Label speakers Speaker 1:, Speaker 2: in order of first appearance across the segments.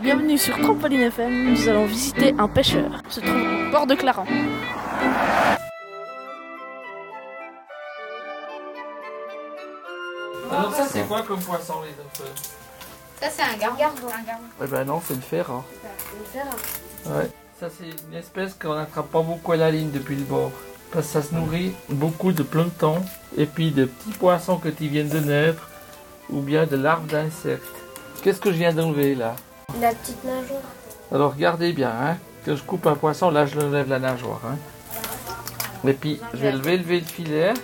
Speaker 1: Bienvenue sur Trampoline FM, nous allons visiter un pêcheur. Il se trouve au port de Clarence.
Speaker 2: Alors ça c'est quoi comme poisson les autres
Speaker 3: Ça, c'est un gargouille. Un gargouille.
Speaker 2: Eh ben non, c'est le fer. hein.
Speaker 3: Une ferraille.
Speaker 2: Ouais. Ça c'est une espèce qu'on n'attrape pas beaucoup à la ligne depuis le bord. Parce que ça se nourrit beaucoup de plancton et puis de petits poissons que tu viennent de naître ou bien de larves d'insectes. Qu'est-ce que je viens d'enlever là
Speaker 3: La petite nageoire.
Speaker 2: Alors regardez bien, hein. Quand je coupe un poisson, là je lève la nageoire. Hein. Et puis je vais lever, lever le filet.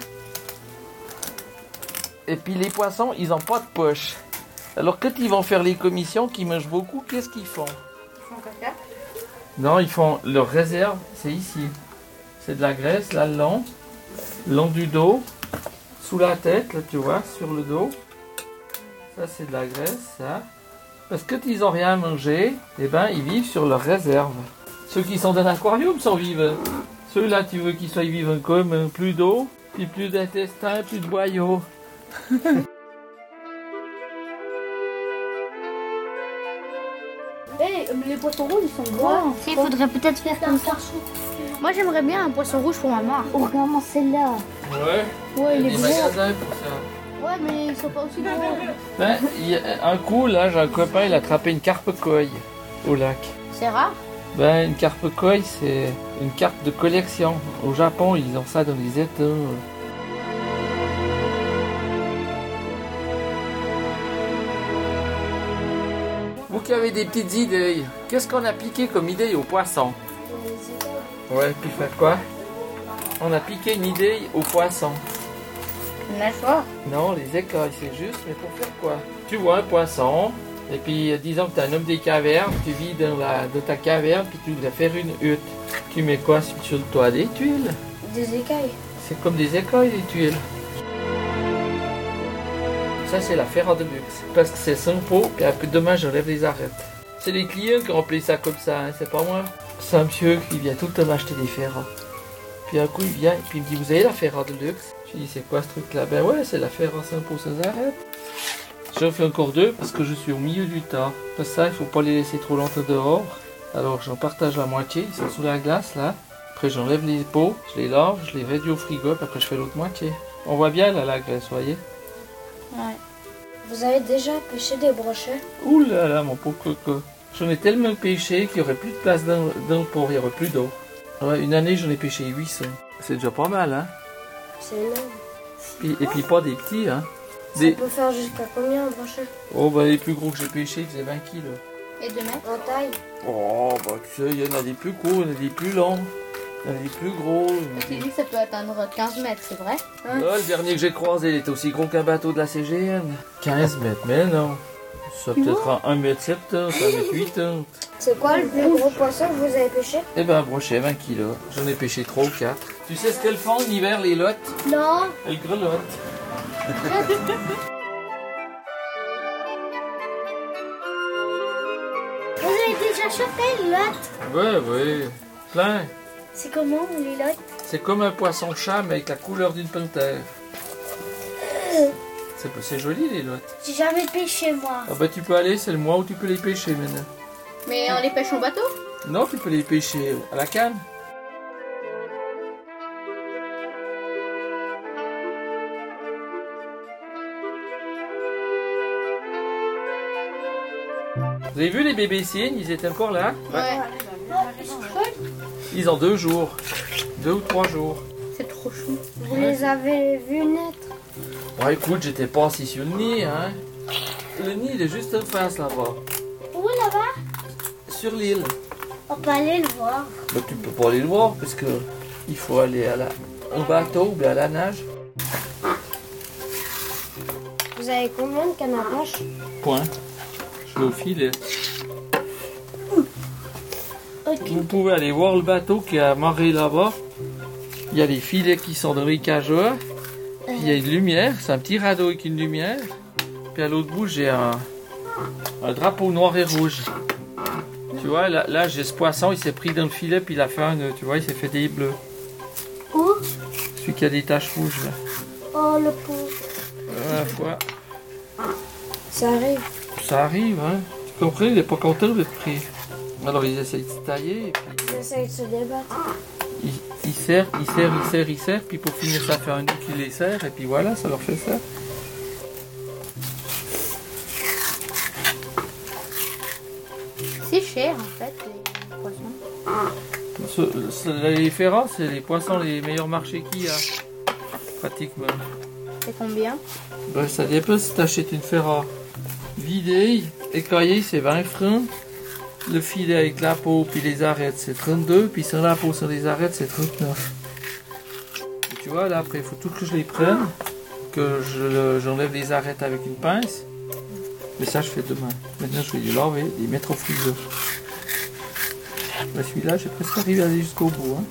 Speaker 2: Et puis les poissons, ils n'ont pas de poche. Alors quand ils vont faire les commissions, qui mangent beaucoup, qu'est-ce qu'ils font
Speaker 3: Ils font comme ça.
Speaker 2: Non, ils font leur réserve, c'est ici. C'est de la graisse, là, le long, le long du dos, sous la tête, là, tu vois, sur le dos. Ça, c'est de la graisse, ça. Parce que ils n'ont rien à manger, eh ben, ils vivent sur leur réserve. Ceux qui sont dans l'aquarium sont vivants. Ceux-là, tu veux qu'ils soient vivants comme euh, plus d'eau, puis plus d'intestin, plus de boyaux.
Speaker 3: les poissons rouges, ils sont
Speaker 4: Bon, il faudrait peut-être faire comme ça. Moi, j'aimerais bien un poisson rouge pour ma mère. Oh, regarde celle-là.
Speaker 2: Ouais,
Speaker 4: Ouais, Oh, il est gros.
Speaker 2: pour ça.
Speaker 4: Ouais, mais ils sont pas aussi gros.
Speaker 2: Ben, il y a- un coup, là, j'ai un copain, il a attrapé une carpe coille au lac.
Speaker 4: C'est rare.
Speaker 2: Ben, une carpe koi, c'est une carte de collection. Au Japon, ils ont ça dans les états. Vous qui avez des petites idées, qu'est-ce qu'on a piqué comme idée au poisson Ouais, puis faire quoi On a piqué une idée au poisson.
Speaker 3: Une nageoire.
Speaker 2: Non, les écailles, c'est juste, mais pour faire quoi Tu vois un poisson, et puis euh, disons que tu es un homme des cavernes, tu vis dans, la, dans ta caverne, puis tu voudrais faire une hutte. Tu mets quoi sur, sur le toit Des tuiles.
Speaker 3: Des écailles.
Speaker 2: C'est comme des écailles, les tuiles. Ça, c'est la ferra de luxe, parce que c'est sans peau, et après demain, j'enlève les arêtes. C'est les clients qui remplis ça comme ça, hein, c'est pas moi. C'est un monsieur qui vient tout le temps m'acheter des ferras. Puis un coup, il vient et puis il me dit Vous avez la ferra de luxe Je lui dis C'est quoi ce truc-là Ben ouais, c'est la ferra sans peau, sans arête. J'en fais encore deux parce que je suis au milieu du tas. Parce que ça, il faut pas les laisser trop longtemps dehors. Alors j'en partage la moitié, ils sont sous la glace là. Après j'enlève les peaux, je les lave, je les réduis au frigo, puis après je fais l'autre moitié. On voit bien là la graisse, voyez
Speaker 3: Vous avez déjà pêché des brochets
Speaker 2: Ouh là là, mon pauvre coco. J'en ai tellement pêché qu'il n'y aurait plus de place dans, dans le port, il n'y aurait plus d'eau. Ah Ouais, une année j'en ai pêché 800. C'est déjà pas mal, hein
Speaker 3: C'est énorme.
Speaker 2: Puis- Et puis pas des petits, hein des...
Speaker 3: On peut faire jusqu'à combien un brochet
Speaker 2: Oh bah les plus gros que j'ai pêché, ils faisaient 20 kilos.
Speaker 4: Et deux mètres.
Speaker 3: En taille
Speaker 2: Oh bah tu sais, il y en a des plus courts, il y en a des plus longs, il y en a des plus gros. il y en a des-
Speaker 4: que ça peut atteindre 15 mètres, c'est vrai
Speaker 2: Ah, le dernier que j'ai croisé, il était aussi gros qu'un bateau de la CGN. 15 mètres, mais non. Ça peut-être à 1m70, 1m80.
Speaker 3: C'est quoi le plus gros poisson que vous avez pêché
Speaker 2: Eh ben, un brochet, 20 kilos. J'en ai pêché 3 ou 4. Tu sais ce qu'elles font en hiver, les lottes
Speaker 4: Non.
Speaker 2: Elles grelottent.
Speaker 4: Vous avez déjà chopé une lotte
Speaker 2: Ouais, ouais. Plein.
Speaker 4: C'est comment, les lottes
Speaker 2: C'est comme un poisson-chat, mais avec la couleur d'une panthère. C'est c'est joli, les lottes.
Speaker 4: J'ai jamais pêché, moi.
Speaker 2: Ah bah, tu peux aller, c'est le mois où tu peux les pêcher maintenant.
Speaker 4: Mais on les pêche en bateau
Speaker 2: Non, tu peux les pêcher à la canne. Vous avez vu les bébés cygnes Ils étaient encore là hein?
Speaker 4: Ouais.
Speaker 2: Ils ont deux jours. Deux ou trois jours.
Speaker 4: C'est trop chou.
Speaker 3: Vous les avez vus naître
Speaker 2: Bon, écoute, j'étais pas assis sur le nid, hein. Le nid, il est juste en face là-bas.
Speaker 4: Où là-bas
Speaker 2: Sur l'île.
Speaker 4: On peut aller le voir.
Speaker 2: Bah, tu peux pas aller le voir parce que il faut aller à la... au bateau ou bien à la nage.
Speaker 3: Vous avez combien de cannes à pêche
Speaker 2: Point. Je vais au filet. Vous pouvez aller voir le bateau qui est amarré là-bas. Il y a les filets qui sont dans les cajots. Puis il y a une lumière. C'est un petit radeau avec une lumière. Puis à l'autre bout, j'ai un, un drapeau noir et rouge. Tu vois, là, là, j'ai ce poisson, il s'est pris dans le filet, puis il a fait un nœud. Tu vois, il s'est fait des bleus.
Speaker 3: Où
Speaker 2: Celui qui a des taches rouges, là.
Speaker 3: Oh le pauvre.
Speaker 2: Voilà, quoi.
Speaker 3: Ah, Ça arrive.
Speaker 2: Ça arrive, hein. Vous comprenez, il n'est pas content d'être pris. Alors ils essayent de se tailler et puis
Speaker 3: J'essaie de se débattre.
Speaker 2: ils, ils serrent, ils serrent, ils serrent, ils serrent, puis pour finir ça fait un nid qui les serre et puis voilà, ça leur fait ça.
Speaker 4: C'est cher en fait, les poissons.
Speaker 2: Ce- ce- les ferrats, c'est les poissons les meilleurs marchés qu'il y a. Pratiquement.
Speaker 4: C'est combien
Speaker 2: Ben, ça dépend si t'achètes une ferra vidée, écaillée, c'est 20 francs. Le filet avec la peau, puis les arêtes, c'est 32. Puis sans la peau, sans les arêtes, c'est 39. Et tu vois, là, après, il faut tout que je les prenne, que je le- j'enlève les arêtes avec une pince. Mais ça, je fais demain. Maintenant, je vais les laver et les mettre au frigo. Ben, celui-là, j'ai presque arrivé à aller jusqu'au bout. hein.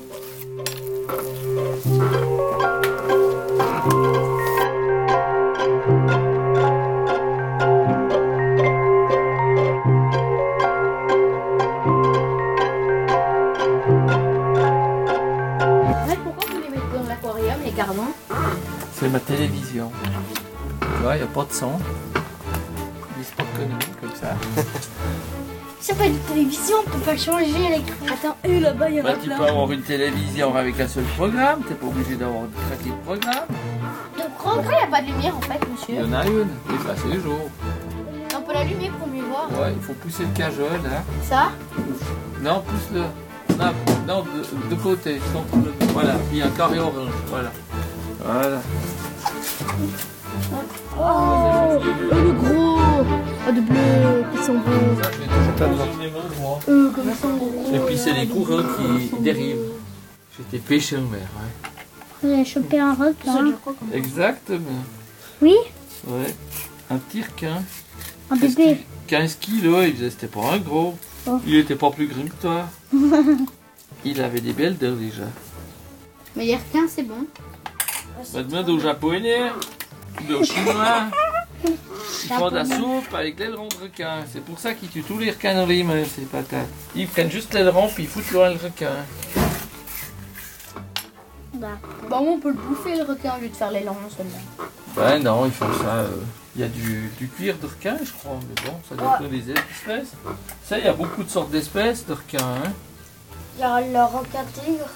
Speaker 4: En fait, pourquoi vous les mettez dans l'aquarium, les gardons
Speaker 2: C'est ma télévision. Tu vois, il n'y a pas de son. Ils se connus comme ça.
Speaker 4: C'est pas une télévision, on peut pas le changer avec. Attends, eux là-bas, il y en
Speaker 2: Bah, tu peux avoir une télévision avec un seul programme, t'es pas obligé d'avoir une craquée de programme.
Speaker 4: Donc, pourquoi il n'y a pas de lumière en fait,
Speaker 2: Il y
Speaker 4: monsieur
Speaker 2: en a une, et bah c'est le jour.
Speaker 4: On peut l'allumer pour mieux voir.
Speaker 2: Ouais, il faut pousser le cajol, hein.
Speaker 4: Ça
Speaker 2: Non, pousse-le. Non, non, de, de côté, contre le- Voilà, puis un carré orange, voilà. Voilà.
Speaker 4: Oh, le gros Oh, de bleu, qui sont beaux
Speaker 2: Ça, je l'ai toujours pas devant.
Speaker 4: Eux, comme ils sont
Speaker 2: Et
Speaker 4: gros
Speaker 2: puis c'est les courants qui dérivent. J'étais pêché en mer, hein. ouais.
Speaker 5: On a chopé un roc là. hein.
Speaker 2: Exactement.
Speaker 5: Oui
Speaker 2: Ouais. Un petit requin.
Speaker 5: Un bébé.
Speaker 2: 15 kilos, il faisait, c'était pas un gros.
Speaker 5: Oh.
Speaker 2: Il était pas plus grim que toi. il avait des belles dents déjà.
Speaker 4: Mais les requins, c'est bon.
Speaker 2: Ça demande aux japonais, aux chinois. Ils font de la soupe avec l'aileron de requin. C'est pour ça qu'ils tuent tous les requins dans les mains, ces patates. Ils prennent juste l'aileron puis ils foutent loin le requin.
Speaker 4: Bah, on peut le bouffer le requin au lieu de faire les langues seulement.
Speaker 2: Ben non, ils font ça. euh, Il y a du, du cuir de requin, je crois, mais bon, ça dépend des espèces. Ça, il y a beaucoup de sortes d'espèces de requins. hein.
Speaker 3: Il y a le requin tigre.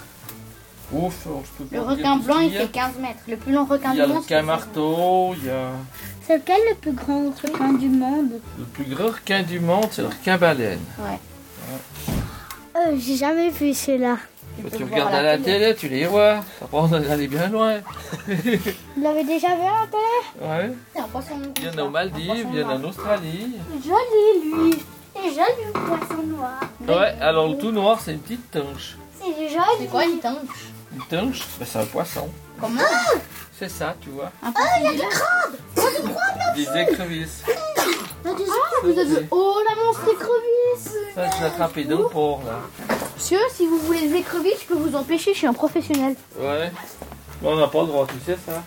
Speaker 2: Ouf, on se peut pas
Speaker 4: Le
Speaker 2: dire
Speaker 4: requin
Speaker 2: tout ce
Speaker 4: blanc, il
Speaker 2: qu'il y a.
Speaker 4: fait 15 mètres. Le plus long requin
Speaker 2: Il y a
Speaker 4: du
Speaker 2: le
Speaker 4: monde.
Speaker 2: requin marteau, il y a.
Speaker 5: C'est lequel le plus grand requin du monde
Speaker 2: Le plus gros requin du monde, c'est le requin baleine.
Speaker 5: Euh, j'ai jamais vu celui-là.
Speaker 2: Quand tu regardes à la télé, tu les vois. Ça prend d'aller bien loin.
Speaker 5: Vous l'avez déjà vu un peu
Speaker 2: Ouais.
Speaker 4: C'est un poisson.
Speaker 2: Il y en a aux Maldives, il y en a en Australie.
Speaker 5: Joli lui. C'est joli le poisson noir.
Speaker 2: Ouais, alors le tout noir, c'est une petite tanche.
Speaker 5: C'est joli.
Speaker 4: C'est quoi une tanche
Speaker 2: Une tanche ben, C'est un poisson.
Speaker 4: Comment
Speaker 2: C'est ça, tu vois.
Speaker 4: Un poisson de là
Speaker 2: Des Oh, écrevisses.
Speaker 4: Vous êtes- Oh la monstre écrevisse
Speaker 2: Ça, je l'ai attrapé dans le port, là.
Speaker 4: Monsieur, si vous voulez des écrevisses, je peux vous empêcher, je suis un professionnel.
Speaker 2: Ouais. Bon, on n'a pas le droit, tu sais ça.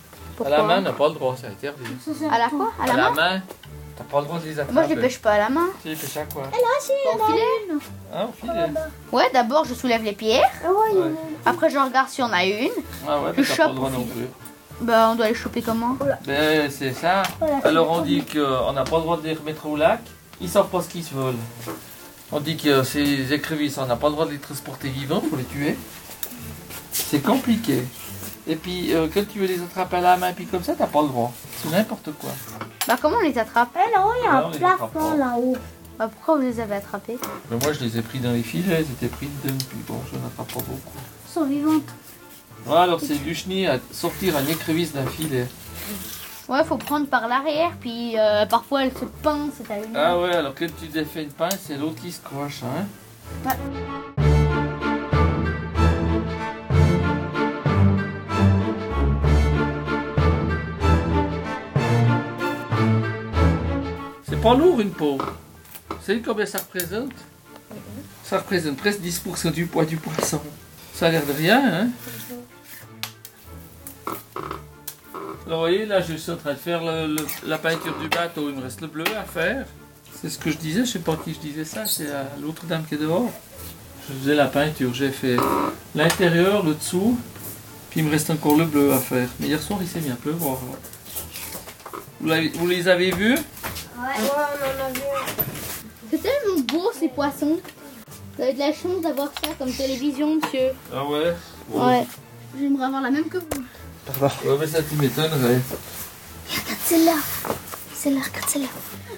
Speaker 2: à la main, on n'a pas le droit, c'est interdit.
Speaker 4: À la quoi À la main
Speaker 2: main, t'as pas le droit de les attraper.
Speaker 4: Moi, je les pêche pas à la main.
Speaker 2: Tu les pêches à quoi
Speaker 5: bah
Speaker 4: Au filet
Speaker 2: Hein, au
Speaker 5: Ah,
Speaker 2: filet
Speaker 4: Ouais, d'abord, je soulève les pierres.
Speaker 5: bah,
Speaker 2: Ouais.
Speaker 4: Après, je regarde si on a une.
Speaker 2: Ah ouais,
Speaker 4: Le
Speaker 2: mais t'as pas
Speaker 4: chope
Speaker 2: le droit
Speaker 4: au
Speaker 2: non
Speaker 4: filet.
Speaker 2: plus.
Speaker 4: Bah, on doit les choper comment
Speaker 2: Ben, c'est ça. Alors on dit qu'on n'a pas le droit de les remettre au lac. Ils savent pas ce qu'ils se volent. On dit que ces écrevisses, on n'a pas le droit de les transporter vivants, faut les tuer. C'est compliqué. Et puis euh, quand tu veux les attraper à la main, puis comme ça, t'as pas le droit. C'est n'importe quoi.
Speaker 4: Bah, comment on les attrape
Speaker 5: Eh, là-haut, il y a
Speaker 2: Là, on
Speaker 5: un
Speaker 2: les attrape
Speaker 5: plafond
Speaker 2: pas.
Speaker 5: là-haut.
Speaker 4: Bah, pourquoi vous les avez attrapés
Speaker 2: Mais Ben, moi, je les ai pris dans les filets, ils étaient pris dedans, puis bon, je n'attrape pas beaucoup.
Speaker 5: Ils sont vivantes.
Speaker 2: Voilà, alors c'est du chenille à sortir un écrevisse d'un filet.
Speaker 4: Ouais, faut prendre par l'arrière, puis euh, parfois elle se pince, c'est à une-
Speaker 2: Ah ouais, alors quand tu défais une pince, c'est l'autre qui se croche, hein. C'est pas lourd une peau. Vous savez combien ça représente Ça représente presque 10% du poids du poisson. Ça a l'air de rien, hein Alors vous voyez, là je suis en train de faire le- le- la peinture du bateau, il me reste le bleu à faire. C'est ce que je disais, je sais pas à qui je disais ça, c'est à l'autre dame qui est dehors. Je faisais la peinture, j'ai fait l'intérieur, le dessous, puis il me reste encore le bleu à faire. Mais hier soir il s'est mis à pleuvoir. alors. Vous, l'avez- vous les avez vus
Speaker 3: Ouais, on en a vu.
Speaker 4: C'est poissons. Vous avez de la chance d'avoir ça comme télévision, monsieur.
Speaker 2: Ah ouais
Speaker 4: Ouais. J'aimerais avoir la même que vous.
Speaker 2: Ouais, mais ça, tu m'étonnerais.
Speaker 5: Celle-là. Celle-là, regarde celle-là.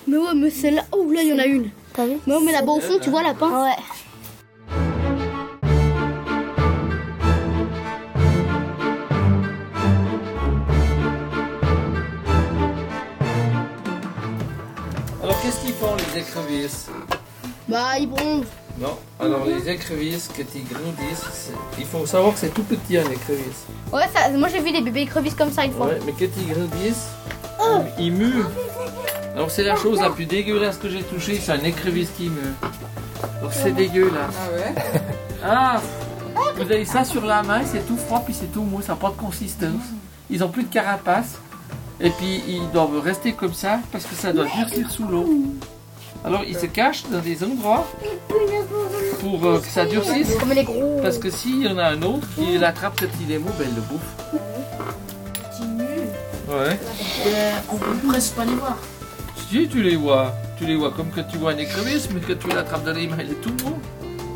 Speaker 4: Mais ouais, mais celle-là. Oh là, il y en a une.
Speaker 5: T'as vu
Speaker 4: Mais ouais, mais là-bas au fond, tu vois la pince Ouais.
Speaker 2: Alors, qu'est-ce qu'ils font, les écrevisses
Speaker 4: Bah, ils bronzent.
Speaker 2: Non. Alors, les écrevisses, que ils grandissent, c'est- il faut savoir que c'est tout petit, hein, un écrevisse.
Speaker 4: Ouais, ça, moi j'ai vu des bébés crevisses comme ça une fois.
Speaker 2: Ouais, mais quand ils grandissent,
Speaker 6: Oh.
Speaker 2: ils muent. Alors, c'est la chose la plus dégueulasse que j'ai touchée, c'est un écrevisse qui meurt. Alors, c'est dégueulasse.
Speaker 6: Ah ouais
Speaker 2: Ah Vous avez ça sur la main, c'est tout froid, puis c'est tout mou, ça n'a pas de consistance. Ils ont plus de carapace, et puis ils doivent rester comme ça, parce que ça doit durcir sous l'eau. Alors ils se cachent dans des endroits pour euh, que ça durcisse,
Speaker 4: Comme les gros.
Speaker 2: parce que s'il y en a un autre qui l'attrape quand il est mou, ben il le bouffe. Ouais.
Speaker 1: on peut presque pas les voir.
Speaker 2: Si tu les vois, tu les vois comme que tu vois un écrevisse, mais que tu l'attrapes dans les mains, il est tout mou.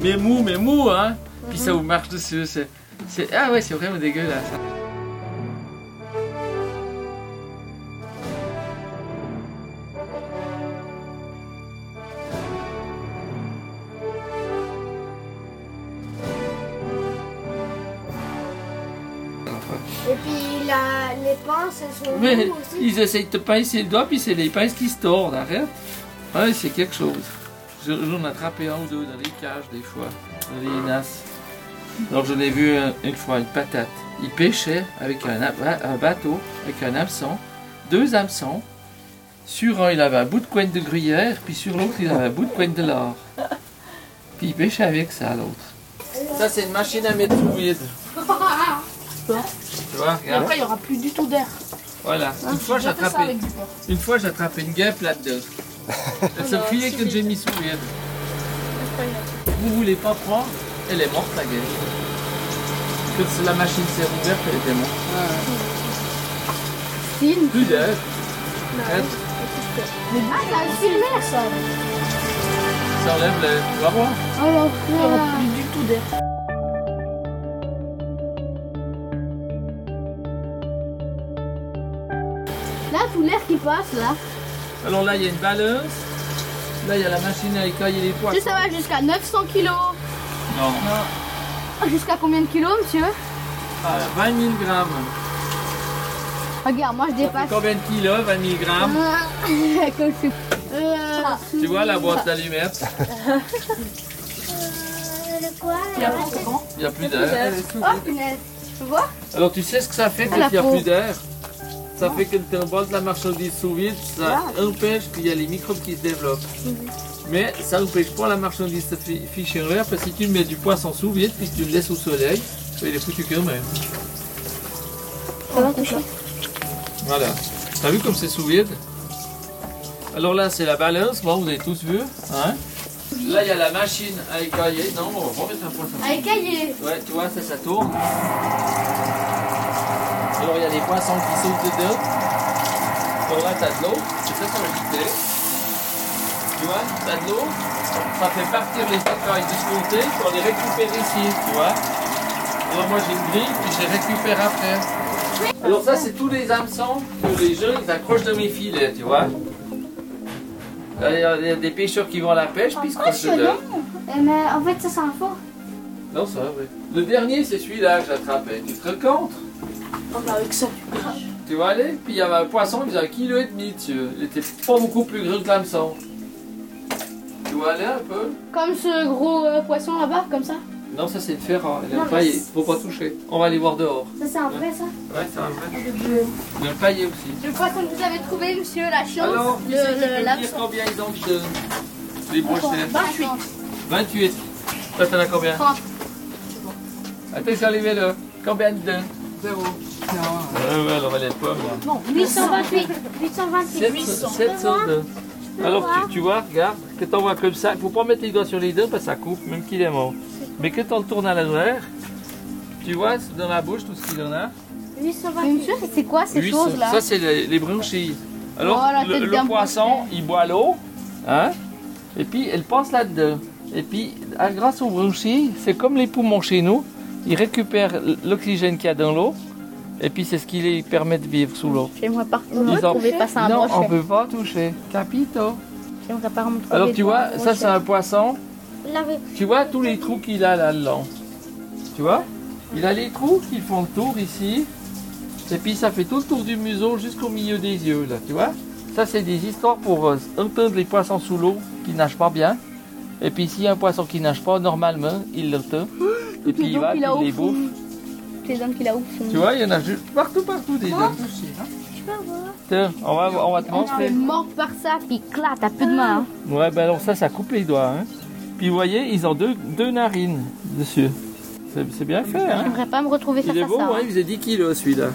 Speaker 2: Mais mou, mais mou, hein. Puis ça vous marche dessus. C'est, c'est- ah ouais, c'est vraiment dégueulasse. hein.
Speaker 5: Et puis la... les pinces, elles sont
Speaker 2: Mais
Speaker 5: moues aussi.
Speaker 2: ils essayent de te pincer le doigt, puis c'est les pinces qui se tordent, arrête. Ouais, c'est quelque chose. Je- J'en ai attrapé un ou deux dans les cages, des fois, dans les nasses. Alors, je l'ai vu un- une fois, une patate. Il pêchait avec un, ab- un bateau, avec un hameçon, deux hameçons. Sur un, il avait un bout de couenne de gruyère, puis sur l'autre, il avait un bout de couenne de lard. Puis il pêchait avec ça, l'autre. Ça, c'est une machine à mettre sous vide. Tu vois,
Speaker 1: Et après, il y aura plus du tout d'air.
Speaker 2: Voilà.
Speaker 1: Hein,
Speaker 2: Une fois,
Speaker 1: j'ai déjà
Speaker 2: j'ai
Speaker 1: fait ça
Speaker 2: attrapé
Speaker 1: avec du porc.
Speaker 2: une fois, j'ai attrapé une guêpe là-dedans. Le seul filet que j'ai mis sous le guêpe. Vous voulez pas prendre Elle est morte la guêpe. Quand la machine s'est ouverte, elle était morte.
Speaker 4: Film.
Speaker 2: Plus d'air. Arrête,
Speaker 4: Ah, ça a filmé ça.
Speaker 2: Ça enlève le. Tu vas voir.
Speaker 4: Oh là
Speaker 1: Il y
Speaker 4: là.
Speaker 1: aura plus du tout d'air.
Speaker 4: Là, tout l'air qui passe là.
Speaker 2: Alors là, il y a une baleuse. Là, il y a la machine à écailler les poissons.
Speaker 4: Tu sais, ça va jusqu'à 900 kilos. Ah,
Speaker 2: Non.
Speaker 4: Jusqu'à combien de kilos, monsieur
Speaker 2: Ah, 20 000 grammes.
Speaker 4: Regarde, moi je
Speaker 2: Ça fait
Speaker 4: dépasse.
Speaker 2: Combien de kilos 20 000
Speaker 4: Mmh.
Speaker 2: grammes
Speaker 4: Comme je suis- Euh,
Speaker 2: Tu vois la boîte d'allumettes
Speaker 5: Euh, le quoi
Speaker 1: Et après, c'est grand.
Speaker 2: Il n'y a plus d'air.
Speaker 4: Oh punaise. Tu vois
Speaker 2: Alors tu sais ce que ça fait quand
Speaker 4: la
Speaker 2: il n'y a
Speaker 4: peau.
Speaker 2: plus d'air Ça fait que quand tu de la marchandise sous vide, ça empêche qu'il y a les microbes qui se développent.
Speaker 4: Mhm.
Speaker 2: Mais ça n'empêche pas la marchandise de fi- ficher en l'air, parce que si tu mets du poisson sous vide, puis tu le laisses au soleil, ben, il est foutu quand même. Voilà. T'as vu comme c'est sous vide Alors là, c'est la balance, bon, vous avez tous vu. Hein là, il y a la machine à écailler. Non, on va remettre un poisson.
Speaker 4: À écailler.
Speaker 2: Ouais, tu vois, ça, ça tourne. Alors, il y a des poissons qui sautent dedans. Alors là, t'as de l'eau. C'est ça, ça va quitter. Tu vois, t'as de l'eau. Ça fait partir les écailles de ce côté pour les récupérer ici, tu vois. Alors, moi, j'ai une grille, puis je les récupère après. Alors ça, c'est tous les hameçons que les gens, ils accrochent dans mes filets, tu vois. Là, il y a- il y a des pêcheurs qui vont à la pêche, puis ils se crochent dedans.
Speaker 5: Mais en fait, ça, c'est un faux.
Speaker 2: Non, ça va, oui. Le dernier, c'est celui-là que j'attrapais. Tu te rencontres
Speaker 1: Oh, bah, avec ça.
Speaker 2: Tu vas aller Puis il y avait un poisson, il faisait un kilo et demi, dessus. Il était pas beaucoup plus gros que l'hameçon. Tu vas aller un peu
Speaker 4: Comme ce gros euh, poisson là-bas, comme ça.
Speaker 2: Non, ça c'est de fer, hein. il est
Speaker 5: Non,
Speaker 2: empaillé,
Speaker 5: mais
Speaker 2: faut pas toucher. On va aller voir dehors.
Speaker 5: Ça, c'est un vrai, ça.
Speaker 2: Ouais, c'est un vrai. Il est empaillé aussi.
Speaker 4: Le poisson que vous avez trouvé, monsieur, la chance.
Speaker 2: Alors, qui
Speaker 4: le,
Speaker 2: c'est qui
Speaker 4: le-
Speaker 2: peut
Speaker 4: la- Bah,
Speaker 2: me dire combien ils ont de... Les brochettes
Speaker 4: 28.
Speaker 2: 28. Toi, t'en as combien
Speaker 4: Trente.
Speaker 2: Attention, les vélos. Combien de dents Zéro. Ouais, ouais, alors elle est pas bien.
Speaker 1: Non,
Speaker 5: 828. 828.
Speaker 2: 700, 702. Alors tu, tu vois, regarde, que t'en vois comme ça, il faut pas mettre les doigts sur les deux parce que ça coupe, même qu'il est mort. Mais que t'en le tournes à l'envers, tu vois, c'est dans la bouche tout ce qu'il en a.
Speaker 5: 828.
Speaker 4: Mais monsieur, c'est quoi ces
Speaker 2: Lui,
Speaker 4: choses
Speaker 2: ça,
Speaker 4: là
Speaker 2: ça, c'est les, les branchies. Alors
Speaker 4: Oh, la
Speaker 2: le,
Speaker 4: tête
Speaker 2: le
Speaker 4: d'un
Speaker 2: poisson, il boit l'eau, hein, Et puis elle passe là-dedans. Et puis à- grâce aux branchies, c'est comme les poumons chez nous. Ils récupèrent l- l'oxygène qu'il y a dans l'eau. Et puis c'est ce qui les permet de vivre sous l'eau.
Speaker 1: J'aimerais pas
Speaker 2: Ils en-
Speaker 1: retrouver passer un
Speaker 2: non, on
Speaker 1: brochet.
Speaker 2: peut pas toucher. Capito.
Speaker 1: J'aimerais pas retrouver
Speaker 2: Alors tu
Speaker 1: dans un
Speaker 2: vois, ça
Speaker 1: brochet.
Speaker 2: c'est un poisson.
Speaker 5: L'avez-
Speaker 2: Tu vois tous les trous qu'il a là-dedans. Tu vois Il a les trous qui font le tour ici. Et puis ça fait tout le tour du museau jusqu'au milieu des yeux là, tu vois Ça c'est des histoires pour euh, entendre les poissons sous l'eau qui nagent pas bien. Et puis s'il y a un poisson qui nage pas, normalement, il l'entend. Et puis il va, puis il les bouffe.
Speaker 4: Les dents qu'il a au fond.
Speaker 2: Tu vois, il y en a juste partout, partout des dents. Tiens, on va, on va te
Speaker 4: On
Speaker 2: montrer.
Speaker 4: est mort par ça, puis clat, t'as plus de main. hein.
Speaker 2: Ouais, ben alors ça, ça coupe les doigts. hein. Puis vous voyez, ils ont deux, deux narines dessus. C'est c'est bien fait, hein
Speaker 4: J'aimerais pas me retrouver face
Speaker 2: Il est
Speaker 4: à
Speaker 2: beau,
Speaker 4: ça.
Speaker 2: hein, il faisait 10 kilos celui-là.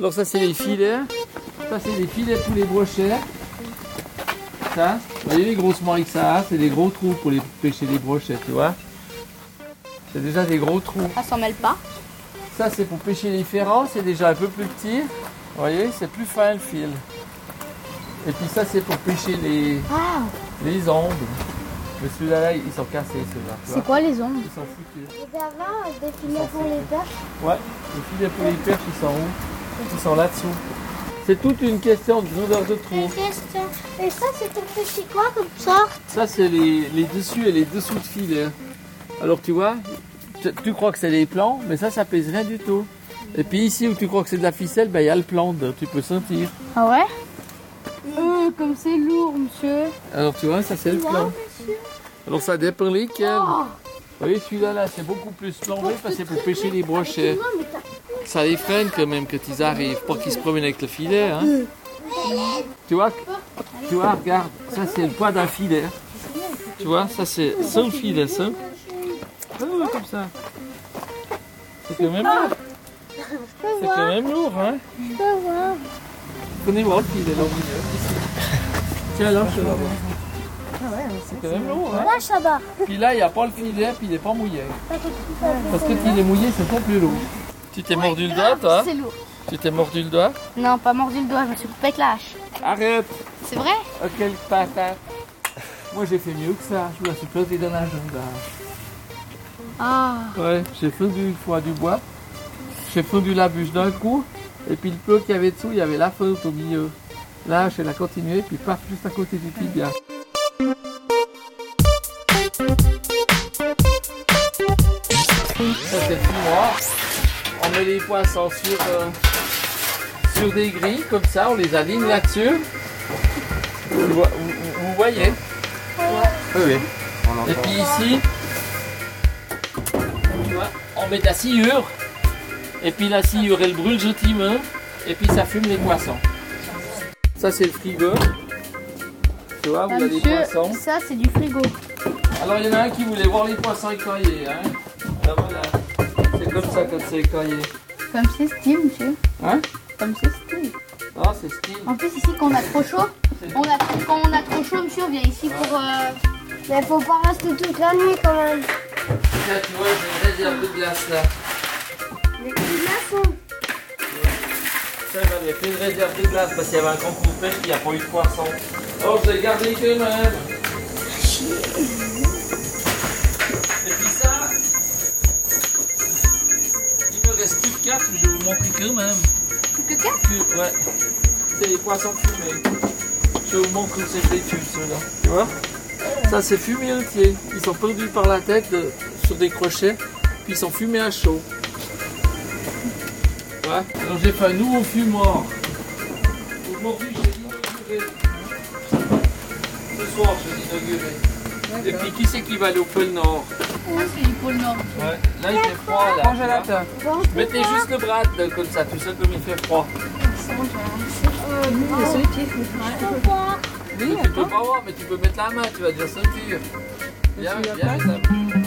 Speaker 2: Donc ça c'est les filets, ça c'est les filets pour les brochets. Ça, vous voyez les grosses morilles que ça a, c'est des gros trous pour les pêcher les brochets, tu vois. C'est déjà des gros trous.
Speaker 4: Elle s'en mêle pas.
Speaker 2: Ça c'est pour pêcher les ferrants, c'est déjà un peu plus petit. Vous voyez, c'est plus fin le fil. Et puis ça c'est pour pêcher les,
Speaker 4: Ah,
Speaker 2: les ongles. Mais celui-là, là, ils sont cassés, ceux-là. tu
Speaker 4: c'est
Speaker 2: vois.
Speaker 4: quoi les ongles
Speaker 2: Ils sont foutus.
Speaker 5: Les avant, des filets pour les perches.
Speaker 2: Ouais, les filets pour les perches, ils sont où Ils sont là-dessous. C'est toute une question de grandeur de
Speaker 5: Et
Speaker 2: trou.
Speaker 5: question. Et ça, c'est un petit quoi comme sorte
Speaker 2: Ça, c'est les, les dessus et les dessous de filets. Alors, tu vois, tu, tu crois que c'est les plans, mais ça, ça pèse rien du tout. Et puis ici où tu crois que c'est de la ficelle, ben, il y a le plan, de- tu peux sentir.
Speaker 4: Ah ouais Euh, comme c'est lourd, monsieur.
Speaker 2: Alors tu vois, ça c'est le plan. Alors ça dépend lesquels. Vous voyez celui-là, là, c'est beaucoup plus plongé Oh. parce que c'est pour pêcher les brochets. Ça les freine quand même quand ils arrivent, pas qu'ils se promènent avec le filet. hein. Tu vois, tu vois, regarde, ça c'est le poids d'un filet. hein. Tu vois, ça c'est son filet, ça. Ah ouais, comme ça. C'est quand même lourd. C'est quand même lourd, hein. Prenez-moi le filet, là, au milieu, ici. Tiens, là, je te l'envoie. C'est quand même lourd, hein.
Speaker 5: Là, ça va.
Speaker 2: Puis là, il n'y a pas le filet, puis il n'est pas mouillé. Parce que s'il est mouillé, c'est pas plus lourd. Tu t'es mordu le doigt, toi
Speaker 4: Ah,
Speaker 2: hein?
Speaker 4: C'est lourd.
Speaker 2: Tu t'es mordu le doigt
Speaker 4: Non, pas mordu le doigt, je me suis coupé avec la hache.
Speaker 2: Arrête
Speaker 4: C'est vrai
Speaker 2: Oh, quelle patate Moi, j'ai fait mieux que ça. Je me la suis posée dans la jambe. là.
Speaker 4: Ah,
Speaker 2: Ouais, j'ai fondu une fois du bois. J'ai fondu la bûche d'un coup. Et puis le peu qu'il y avait dessous, il y avait la fente au milieu. Là, je la continuer, puis paf, juste à côté du tibia. Ça c'est tout noir. On met les poissons sur, euh, sur des grilles, comme ça, on les aligne là-dessus. Vous, vo- vous- vous- vous voyez Oui, oui. Et puis ici, tu vois, on met de la sciure. Et puis la sciure, elle brûle gentiment. Et puis ça fume les poissons. Ça, c'est le frigo. Tu vois, vous
Speaker 4: Ah,
Speaker 2: avez les
Speaker 4: monsieur,
Speaker 2: poissons.
Speaker 4: ça c'est du frigo.
Speaker 2: Alors il y en a un qui voulait voir les poissons écaillés, hein. Là voilà. C'est comme ça quand c'est écaillé.
Speaker 4: Comme c'est steam, monsieur.
Speaker 2: Hein
Speaker 4: Comme c'est steam.
Speaker 2: Ah c'est style.
Speaker 4: En plus, ici, quand on a trop chaud, on a, quand on a trop chaud, monsieur, on vient ici pour. euh,
Speaker 5: Mais faut pas rester toute la nuit quand même.
Speaker 2: Là tu vois, j'ai une réserve de glace là.
Speaker 5: Les petits glaçons.
Speaker 2: Ça j'avais fait une réserve de glace parce qu'il y avait un concours pêche qui a pas eu de poisson. Oh vous avez gardé quand même. Et puis ça. Il me reste plus que 4, je vais vous montrer quand même.
Speaker 4: Plus que 4
Speaker 2: Plus- Ouais. C'est les poissons fumés. Je vous montre où c'est tubes ceux-là. Tu vois Ça c'est fumé entier. Ils sont pendus par la tête de- sur des crochets, puis ils sont fumés à chaud. Ouais. Alors j'ai fait un nouveau fumoir. Aujourd'hui j'ai inauguré. Ce soir je vais l'inaugurer. Et puis qui c'est qui va aller au pôle Nord
Speaker 4: Ça c'est du pôle Nord.
Speaker 2: Ouais. Là il fait froid là. tu vois. Mettez juste le bras dedans, comme ça, tout seul comme il fait froid. Tu peux pas voir, mais tu peux mettre la main, tu vas déjà sentir. Viens, viens, viens.